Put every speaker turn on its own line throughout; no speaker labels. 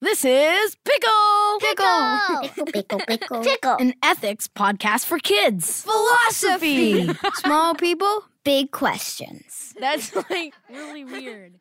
This is Pickle!
Pickle. Pickle,
Oh.
pickle. Pickle.
An ethics podcast for kids.
Philosophy. Small people, big questions.
That's like really weird.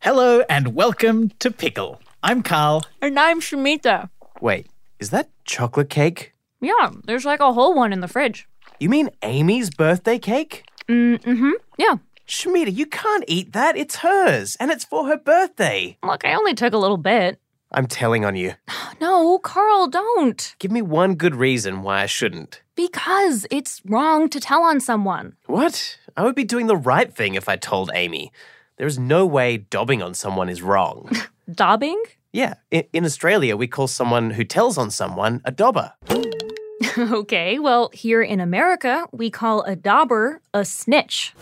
Hello and welcome to Pickle. I'm Carl.
And I'm Shamita.
Wait, is that chocolate cake?
Yeah, there's like a whole one in the fridge.
You mean Amy's birthday cake?
Mm-hmm. Yeah.
Shmita, you can't eat that. It's hers, and it's for her birthday.
Look, I only took a little bit.
I'm telling on you.
No, Carl, don't.
Give me one good reason why I shouldn't.
Because it's wrong to tell on someone.
What? I would be doing the right thing if I told Amy. There is no way dobbing on someone is wrong.
Dobbing?
yeah, in, in Australia, we call someone who tells on someone a dobber.
okay, well, here in America, we call a dauber a snitch.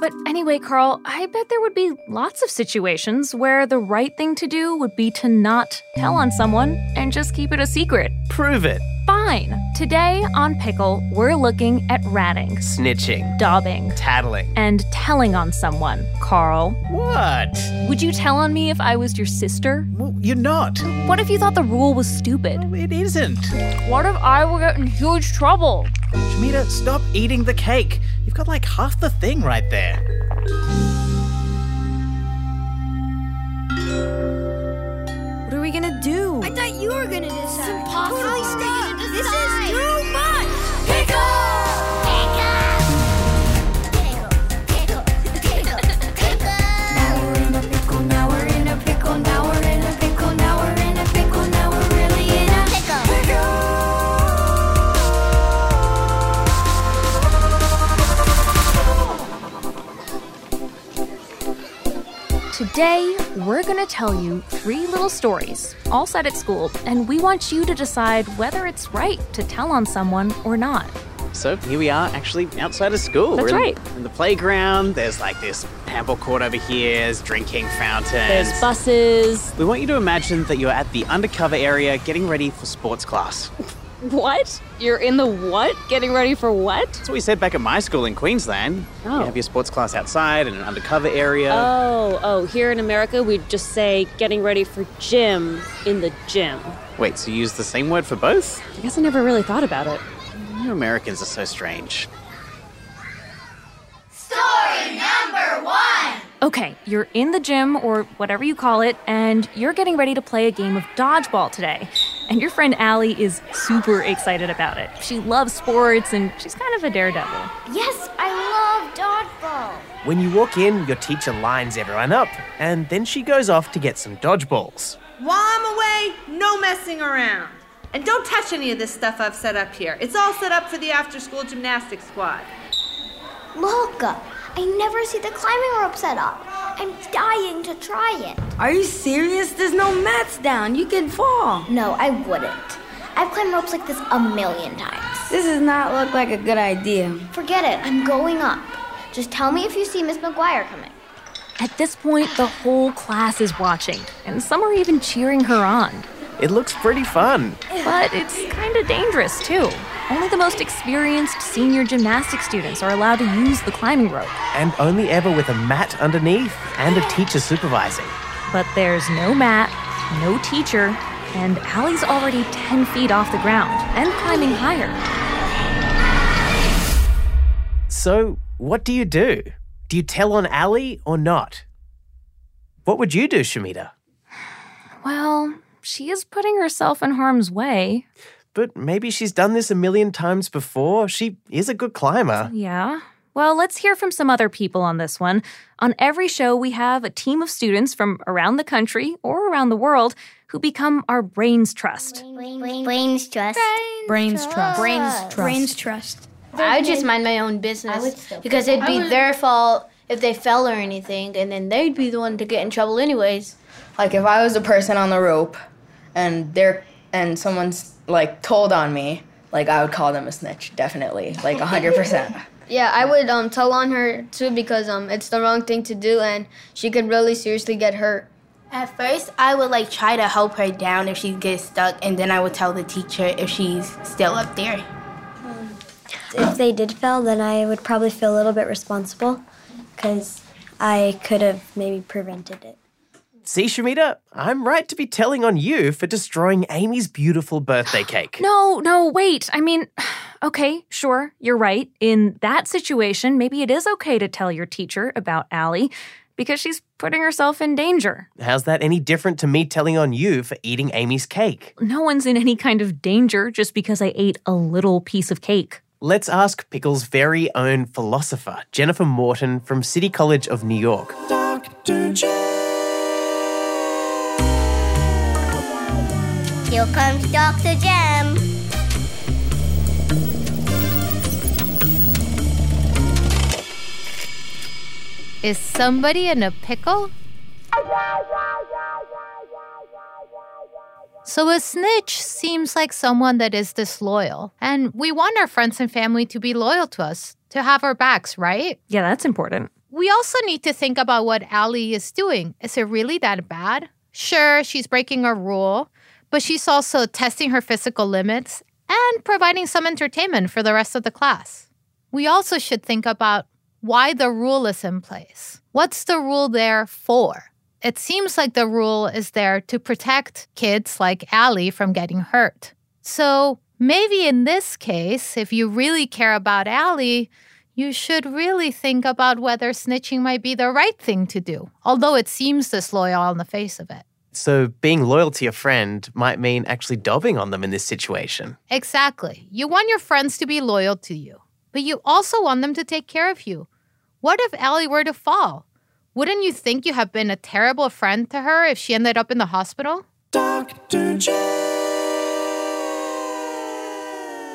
But anyway, Carl, I bet there would be lots of situations where the right thing to do would be to not tell on someone and just keep it a secret.
Prove it.
Fine. Today on Pickle, we're looking at ratting,
Snitching.
dobbing,
Tattling.
and telling on someone. Carl,
What?
would you tell on me if I was your sister?
Well, you're not.
What if you thought the rule was stupid?
It isn't.
What if I were in huge trouble?
Shmita, stop eating the cake. You've got like half the thing right there.
What are we gonna do?
I thought you were going to decide. It's
impossible.
Totally sticking to decide. This is too
Today, we're gonna tell you three little stories, all set at school, and we want you to decide whether it's right to tell on someone or not.
So here we are, actually outside of school.
That's
We're in,
right.
In the playground, there's like this handball court over here. There's drinking fountains.
There's buses.
we want you to imagine that you're at the undercover area, getting ready for sports class. That's
What? You're in the what? Getting ready for what?
what we said back at my school in Queensland.
Oh.
You have your sports class outside in an undercover area.
Oh, oh, here in America, we just say getting ready for gym in the gym.
Wait, so you use the same word for both?
I guess I never really thought about it.
You Americans are so strange.
Okay, you're in the gym or whatever you call it, and you're getting ready to play a game of dodgeball today. And your friend Allie is super excited about it. She loves sports and she's kind of a daredevil.
Yes, I love dodgeball.
When you walk in, your teacher lines everyone up, and then she goes off to get some dodgeballs.
While I'm away, no messing around. And don't touch any of this stuff I've set up here. It's all set up for the after school gymnastics squad.
Look, I never see the climbing rope set up. I'm dying to try it.
Are you serious? There's no mats down. You can fall.
No, I wouldn't. I've climbed ropes like this a million times.
This does not look like a good idea.
Forget it, I'm going up. Just tell me if you see Miss McGuire coming.
At this point, the whole class is watching, and some are even cheering her on.
It looks pretty fun.
But it's kind of dangerous, too. Only the most experienced senior gymnastics students are allowed to use the climbing rope.
and only ever with a mat underneath and a teacher supervising.
But there's no mat, no teacher, and Allie's already 10 feet off the ground and climbing higher.
So, what do you do? Do you tell on Ali or not? What would you do, Shamita?
Well, she is putting herself in harm's way.
But maybe she's done this a million times before. She is a good climber.
Yeah. Well, let's hear from some other people on this one. On every show, we have a team of students from around the country or around the world who become our brains trust.
Brains trust.
Brains trust.
Brains trust. Brains trust. I would just mind my own business because it'd be their fault if they fell or anything, and then they'd be the one to get in trouble anyways.
Like if I was a person on the rope, and there and someone's like told on me, like I would call them a snitch, definitely, like hundred percent.
Yeah, I would um tell on her too because um it's the wrong thing to do, and she could really seriously get hurt.
At first, I would like try to help her down if she gets stuck, and then I would tell the teacher if she's still up there.
if they did fail, then I would probably feel a little bit responsible because I could have maybe prevented it.
See, Shamita, I'm right to be telling on you for destroying Amy's beautiful birthday cake.
No, no, wait. I mean, okay, sure, you're right. In that situation, maybe it is okay to tell your teacher about Allie because she's putting herself in danger.
How's that any different to me telling on you for eating Amy's cake?
No one's in any kind of danger just because I ate a little piece of cake.
Let's ask Pickle's very own philosopher, Jennifer Morton from City College of New York.
Here comes Dr. Jem.
Is somebody in a pickle? So, a snitch seems like someone that is disloyal. And we want our friends and family to be loyal to us, to have our backs, right?
Yeah, that's important.
We also need to think about what Allie is doing. Is it really that bad? Sure, she's breaking a rule, but she's also testing her physical limits and providing some entertainment for the rest of the class. We also should think about why the rule is in place. What's the rule there for? It seems like the rule is there to protect kids like Allie from getting hurt. So maybe in this case, if you really care about Allie, you should really think about whether snitching might be the right thing to do, although it seems disloyal on the face of it.
So, being loyal to your friend might mean actually dobbing on them in this situation.
Exactly. You want your friends to be loyal to you, but you also want them to take care of you. What if Allie were to fall? Wouldn't you think you have been a terrible friend to her if she ended up in the hospital?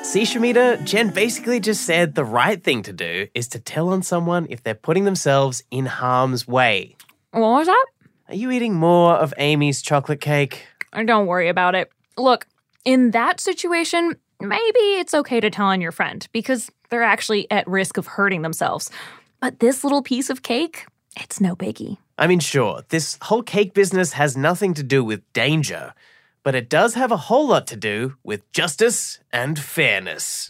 See, Shamita, Jen basically just said the right thing to do is to tell on someone if they're putting themselves in harm's way.
What was that?
Are you eating more of Amy's chocolate cake?
Don't worry about it. Look, in that situation, maybe it's okay to tell on your friend because they're actually at risk of hurting themselves. But this little piece of cake, it's no biggie.
I mean, sure, this whole cake business has nothing to do with danger, but it does have a whole lot to do with justice and fairness.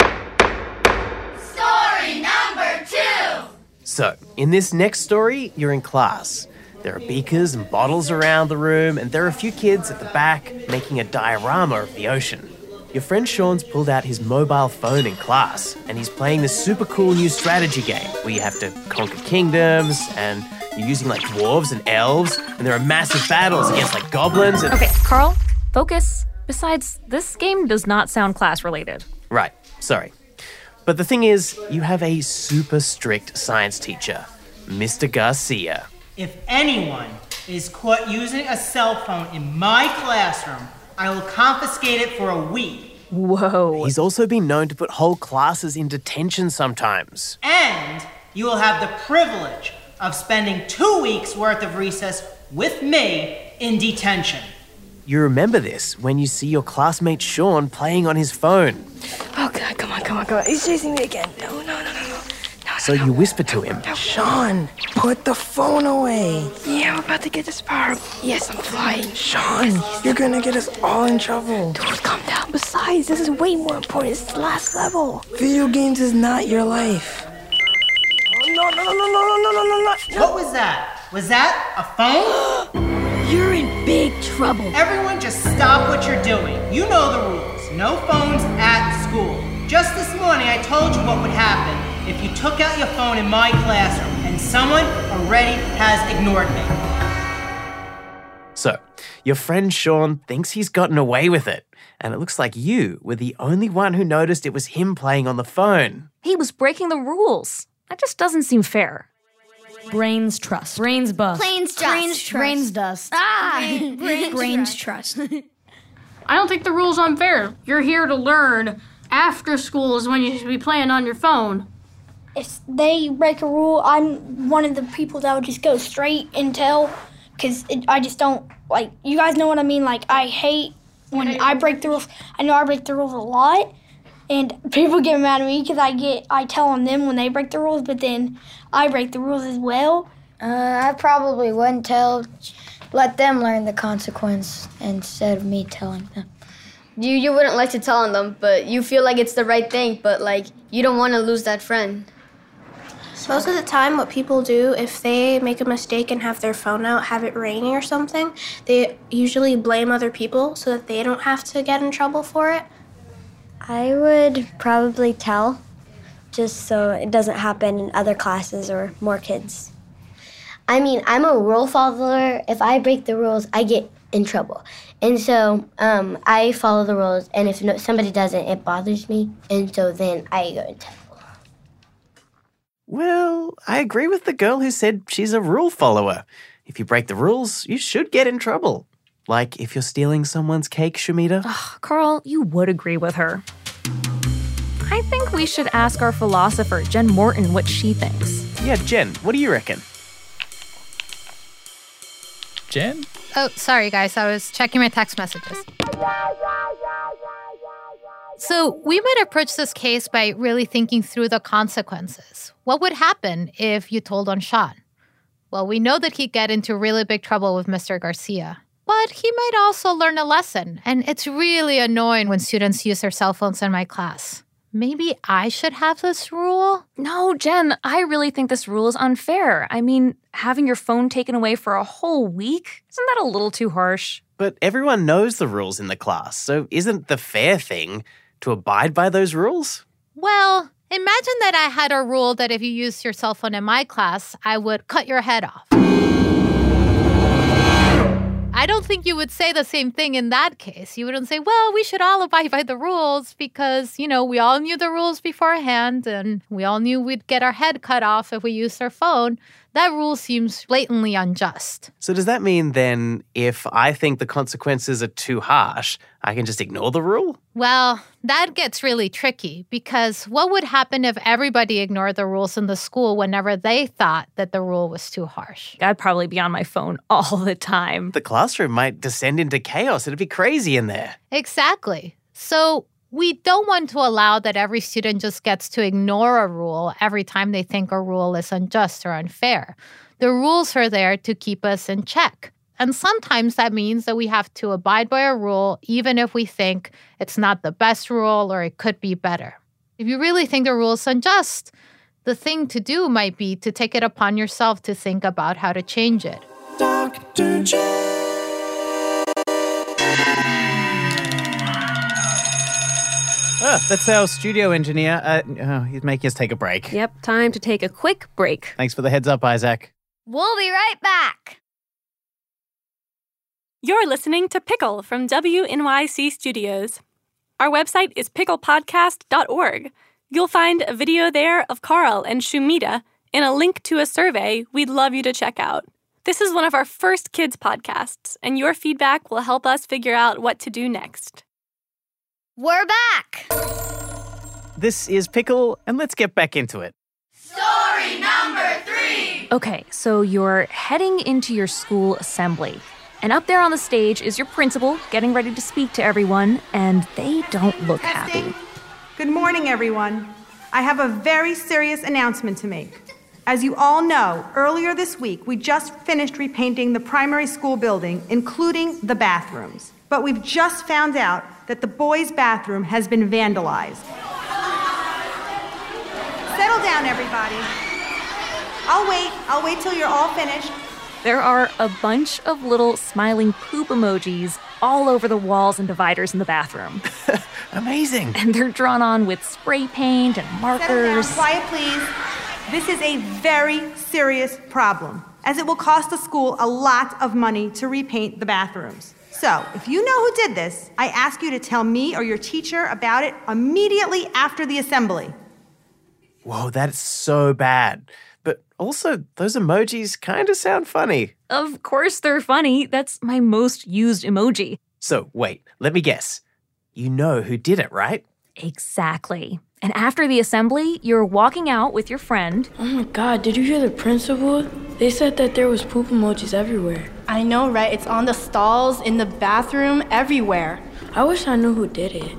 Story number two.
So, in this next story, you're in class. There are beakers and bottles around the room, and there are a few kids at the back making a diorama of the ocean. Your friend Sean's pulled out his mobile phone in class, and he's playing this super cool new strategy game where you have to conquer kingdoms, and you're using like dwarves and elves, and there are massive battles against like goblins and.
Okay, Carl, focus. Besides, this game does not sound class related.
Right, sorry. But the thing is, you have a super strict science teacher, Mr. Garcia.
If anyone is caught using a cell phone in my classroom, I will confiscate it for a week.
Whoa.
He's also been known to put whole classes in detention sometimes.
And you will have the privilege of spending two weeks worth of recess with me in detention.
You remember this when you see your classmate Sean playing on his phone.
Oh god, come on, come on, come on. He's chasing me again. No, no, no, no, no.
So you whisper to him,
Sean, put the phone away. Yeah, we're about to get this power. Yes, I'm flying. Sean, you're gonna get us all in trouble. Dude, calm down. Besides, this is way more important. It's the last level. Video games is not your life.
No, no, no, no, no, no, no, no, no. What was that? Was that a phone?
you're in big trouble.
Everyone, just stop what you're doing. You know the rules. No phones at school. Just this morning, I told you what would happen if you took out your phone in my classroom, and someone already has ignored me.
So, your friend Sean thinks he's gotten away with it, and it looks like you were the only one who noticed it was him playing on the phone.
He was breaking the rules. That just doesn't seem fair.
Brains trust. Brains bust.
Planes trust.
Brains trust.
Brains dust.
Ah!
Brain- brains
Brains trust.
I don't think the rule's unfair. You're here to learn. After school is when you should be playing on your phone.
If they break a rule, I'm one of the people that would just go straight and tell because I just don't like, you guys know what I mean? Like, I hate when I break the rules. I know I break the rules a lot. And people get mad at me because I get I tell on them when they break the rules, but then I break the rules as well.
Uh, I probably wouldn't tell, let them learn the consequence instead of me telling them.
You you wouldn't like to tell on them, but you feel like it's the right thing, but like you don't want to lose that friend. Most of the time, what people do if they make a mistake and have their phone out, have it raining or something, they usually blame other people so that they don't have to get in trouble for it.
I would probably tell just so it doesn't happen in other classes or more kids.
I mean, I'm a rule follower. If I break the rules, I get in trouble. And so um, I follow the rules, and if no, somebody doesn't, it bothers me. And so then I go and tell.
Well, I agree with the girl who said she's a rule follower. If you break the rules, you should get in trouble. Like if you're stealing someone's cake, Shamita.
Carl, you would agree with her. I think we should ask our philosopher, Jen Morton, what she thinks.
Yeah, Jen, what do you reckon? Jen?
Oh, sorry, guys. I was checking my text messages. So, we might approach this case by really thinking through the consequences. What would happen if you told on Sean? Well, we know that he'd get into really big trouble with Mr. Garcia, but he might also learn a lesson. And it's really annoying when students use their cell phones in my class. Maybe I should have this rule?
No, Jen, I really think this rule is unfair. I mean, having your phone taken away for a whole week? Isn't that a little too harsh?
But everyone knows the rules in the class, so isn't the fair thing to abide by those rules?
Well, imagine that I had a rule that if you used your cell phone in my class, I would cut your head off. I don't think you would say the same thing in that case. You wouldn't say, well, we should all abide by the rules because, you know, we all knew the rules beforehand and we all knew we'd get our head cut off if we used our phone. That rule seems blatantly unjust.
So, does that mean then if I think the consequences are too harsh, I can just ignore the rule?
Well, that gets really tricky because what would happen if everybody ignored the rules in the school whenever they thought that the rule was too harsh?
I'd probably be on my phone all the time.
The classroom might descend into chaos. It'd be crazy in there.
Exactly. So, we don't want to allow that every student just gets to ignore a rule every time they think a rule is unjust or unfair. The rules are there to keep us in check. And sometimes that means that we have to abide by a rule, even if we think it's not the best rule or it could be better. If you really think the rule is unjust, the thing to do might be to take it upon yourself to think about how to change it.
Dr. J.
Ah, that's our studio engineer. Uh, oh, he's making us take a break.
Yep, time to take a quick break.
Thanks for the heads up, Isaac.
We'll be right back.
You're listening to Pickle from WNYC Studios. Our website is picklepodcast.org. You'll find a video there of Carl and Shumita and a link to a survey we'd love you to check out. This is one of our first kids' podcasts, and your feedback will help us figure out what to do next.
We're back!
This is Pickle, and let's get back into it.
Story number three.
Okay, so you're heading into your school assembly. And up there on the stage is your principal getting ready to speak to everyone, and they don't look happy.
Good morning, everyone. I have a very serious announcement to make. As you all know, earlier this week we just finished repainting the primary school building, including the bathrooms. But we've just found out that the boys' bathroom has been vandalized. Settle down, everybody. I'll wait. I'll wait till you're all finished.
There are a bunch of little smiling poop emojis all over the walls and dividers in the bathroom.
Amazing.
And they're drawn on with spray paint and
Settle down.
markers.
Quiet, please. This is a very serious problem, as it will cost the school a lot of money to repaint the bathrooms. So, if you know who did this, I ask you to tell me or your teacher about it immediately after the assembly.
Whoa, that's so bad. But also, those emojis kind of sound funny.
Of course, they're funny. That's my most used emoji.
So, wait, let me guess. You know who did it, right?
Exactly. And after the assembly, you're walking out with your friend.
Oh my god, did you hear the principal? They said that there was poop emojis everywhere. I know, right? It's on the stalls, in the bathroom, everywhere. I wish I knew who did it.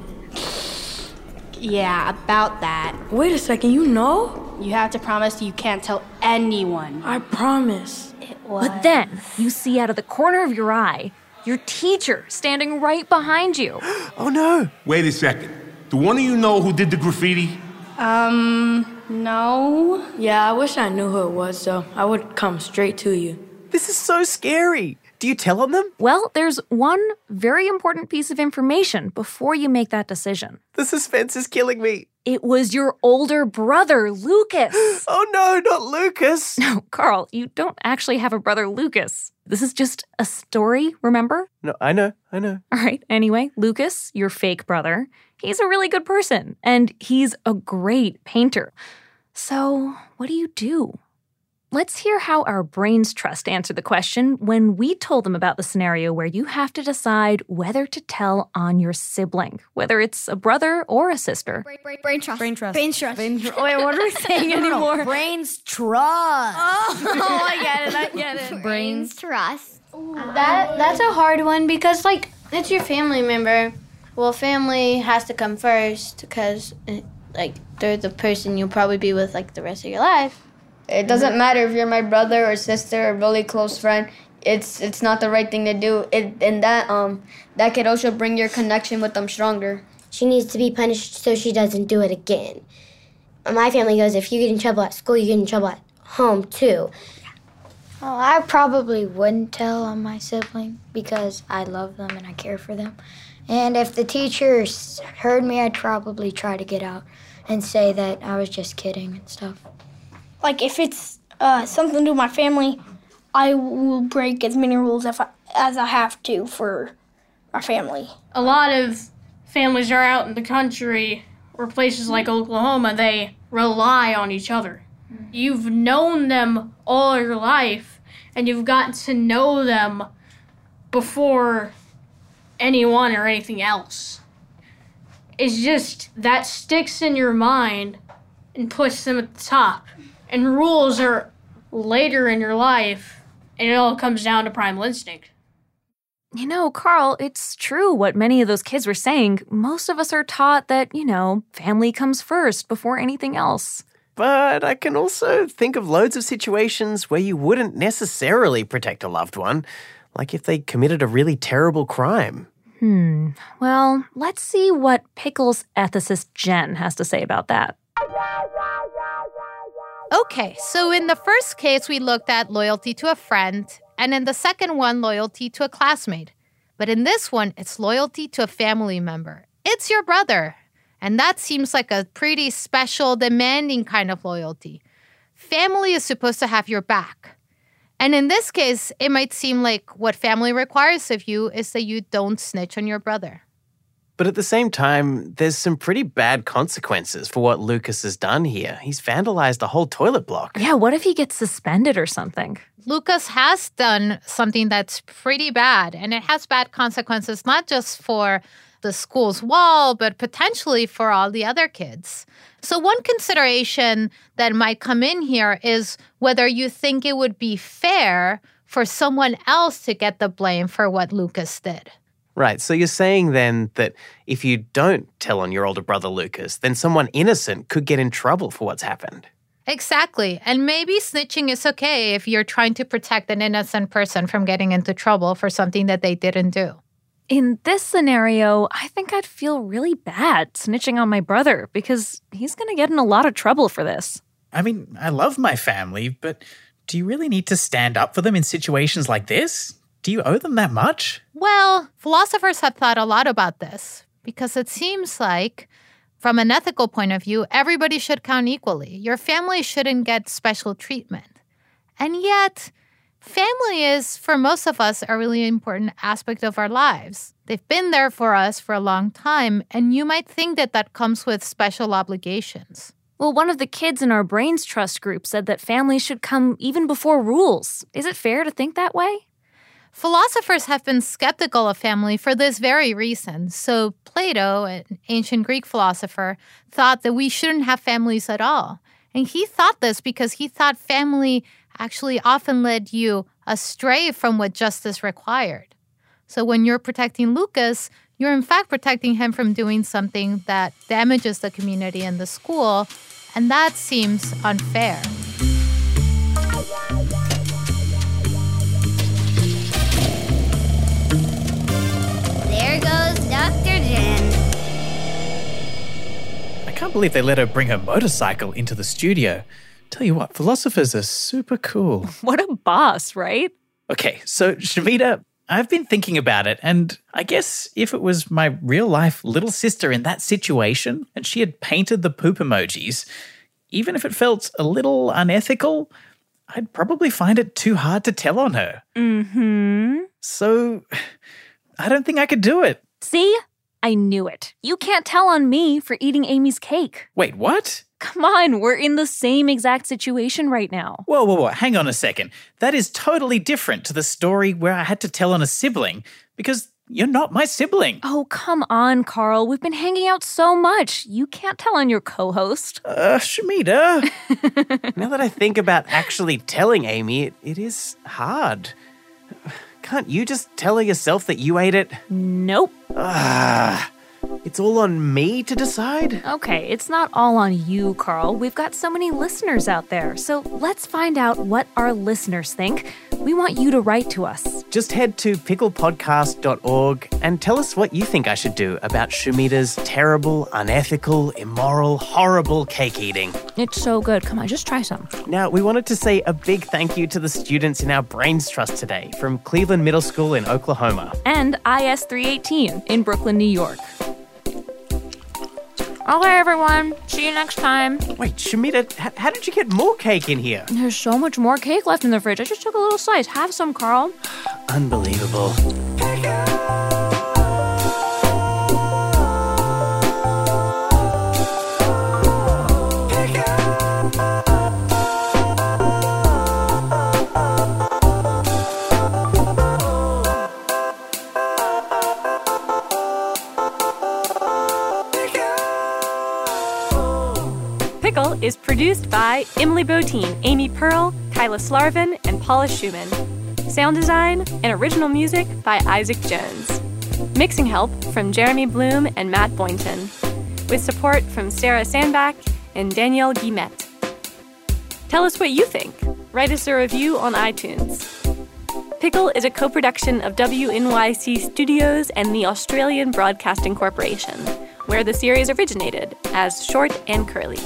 Yeah, about that.
Wait a second, you know?
You have to promise you can't tell anyone.
I promise.
But then you see out of the corner of your eye your teacher standing right behind you.
Oh no!
Wait a second. Do one of you know who did the graffiti?
Um, No. Yeah, I wish I knew who it was, though. I would come straight to you.
This is so scary. Do you tell on them?
Well, there's one very important piece of information before you make that decision.
The suspense is killing me.
It was your older brother, Lucas.
oh no, not Lucas.
No, Carl, you don't actually have a brother, Lucas. This is just a story, remember?
No, I know, I know.
All right, anyway, Lucas, your fake brother, he's a really good person and he's a great painter. So, what do you do? Let's hear how our brains trust answered the question when we told them about the scenario where you have to decide whether to tell on your sibling, whether it's a brother or a sister.
Brain, brain, brain trust. Brain trust.
Brain trust.
Brain tr- Wait, what are we saying
No, no, no.
anymore?
Brains trust.
Oh,
I get it, I
get it.
Brains trust.
That that's a hard one because like it's your family member. Well, family has to come first because
eh,
like they're the person you'll probably be with like the rest of your life.
It doesn't matter if you're my brother or sister or really close friend. It's it's not the right thing to do. It and that um that could also bring your connection with them stronger.
She needs to be punished so she doesn't do it again. My family goes, if you get in trouble at school, you get in trouble at home too.
Well, I probably wouldn't tell on my sibling because I love them and I care for them. And if the teachers heard me, I'd probably try to get out and say that I was just kidding and stuff.
Like if it's uh, something to do with my family, I will break as many rules if I, as I have to for my family.
a lot of families are out in the country or places like Oklahoma, they rely on each other. You've known them all your life and you've gotten to know them before anyone or anything else. It's just that sticks in your mind and puts them at the top. And rules are later in your life, and it all comes down to primal instinct.
You know, Carl, it's true what many of those kids were saying. Most of us are taught that, you know, family comes first before anything else.
But I can also think of loads of situations where you wouldn't necessarily protect a loved one, like if they committed a really terrible crime.
Hmm. Well, let's see what Pickles ethicist Jen has to say about that.
Okay, so in the first case, we looked at loyalty to a friend, and in the second one, loyalty to a classmate. But in this one, it's loyalty to a family member. It's your brother. And that seems like a pretty special, demanding kind of loyalty. Family is supposed to have your back. And in this case, it might seem like what family requires of you is that you don't snitch on your brother.
But at the same time, there's some pretty bad consequences for what Lucas has done here. He's vandalized a whole toilet block.
Yeah, what if he gets suspended or something?
Lucas has done something that's pretty bad, and it has bad consequences, not just for the school's wall, but potentially for all the other kids. So, one consideration that might come in here is whether you think it would be fair for someone else to get the blame for what Lucas did.
Right, so you're saying then that if you don't tell on your older brother Lucas, then someone innocent could get in trouble for what's happened.
Exactly. And maybe snitching is okay if you're trying to protect an innocent person from getting into trouble for something that they didn't do.
In this scenario, I think I'd feel really bad snitching on my brother because he's going to get in a lot of trouble for this.
I mean, I love my family, but do you really need to stand up for them in situations like this? Do you owe them that much?
Well, philosophers have thought a lot about this because it seems like, from an ethical point of view, everybody should count equally. Your family shouldn't get special treatment. And yet, family is, for most of us, a really important aspect of our lives. They've been there for us for a long time, and you might think that that comes with special obligations.
Well, one of the kids in our Brains Trust group said that families should come even before rules. Is it fair to think that way?
Philosophers have been skeptical of family for this very reason. So, Plato, an ancient Greek philosopher, thought that we shouldn't have families at all. And he thought this because he thought family actually often led you astray from what justice required. So, when you're protecting Lucas, you're in fact protecting him from doing something that damages the community and the school. And that seems unfair.
There goes Dr. Jen.
I
Can't believe they let her bring her motorcycle into the studio. Tell you what, philosophers are super cool.
What a boss, right?
Okay, so Shavita, I've been thinking about it, and I guess if it was my real life little sister in that situation and she had painted the poop emojis, even if it felt a little unethical, I'd probably find it too hard to tell on her.
Mm-hmm.
So I don't think I could do it.
See? I knew it. You can't tell on me for eating Amy's cake.
Wait, what?
Come on, we're in the same exact situation right now.
Whoa, whoa, whoa, hang on a second. That is totally different to the story where I had to tell on a sibling because you're not my sibling.
Oh, come on, Carl. We've been hanging out so much. You can't tell on your co host.
Uh, Shamita.
now that I think about actually telling Amy, it, it is hard. Can't you just tell her yourself that you ate it?
Nope.
Ah, it's all on me to decide?
Okay, it's not all on you, Carl. We've got so many listeners out there. So let's find out what our listeners think. We want you to write to us.
Just head to picklepodcast.org and tell us what you think I should do about Shumita's terrible, unethical, immoral, horrible cake eating.
It's so good. Come on, just try some.
Now, we wanted to say a big thank you to the students in our Brains Trust today from Cleveland Middle School in Oklahoma.
And IS 318 in Brooklyn, New York. Okay, everyone. See you next time.
Wait, Shamita, h- how did you get more cake in here?
There's so much more cake left in the fridge. I just took a little slice. Have some, Carl.
Unbelievable.
Pickle is produced by Emily Botine, Amy Pearl, Kyla Slarvin, and Paula Schumann. Sound design and original music by Isaac Jones. Mixing help from Jeremy Bloom and Matt Boynton, with support from Sarah Sandback and Danielle Guimet. Tell us what you think. Write us a review on iTunes. Pickle is a co production of WNYC Studios and the Australian Broadcasting Corporation, where the series originated as Short and Curly.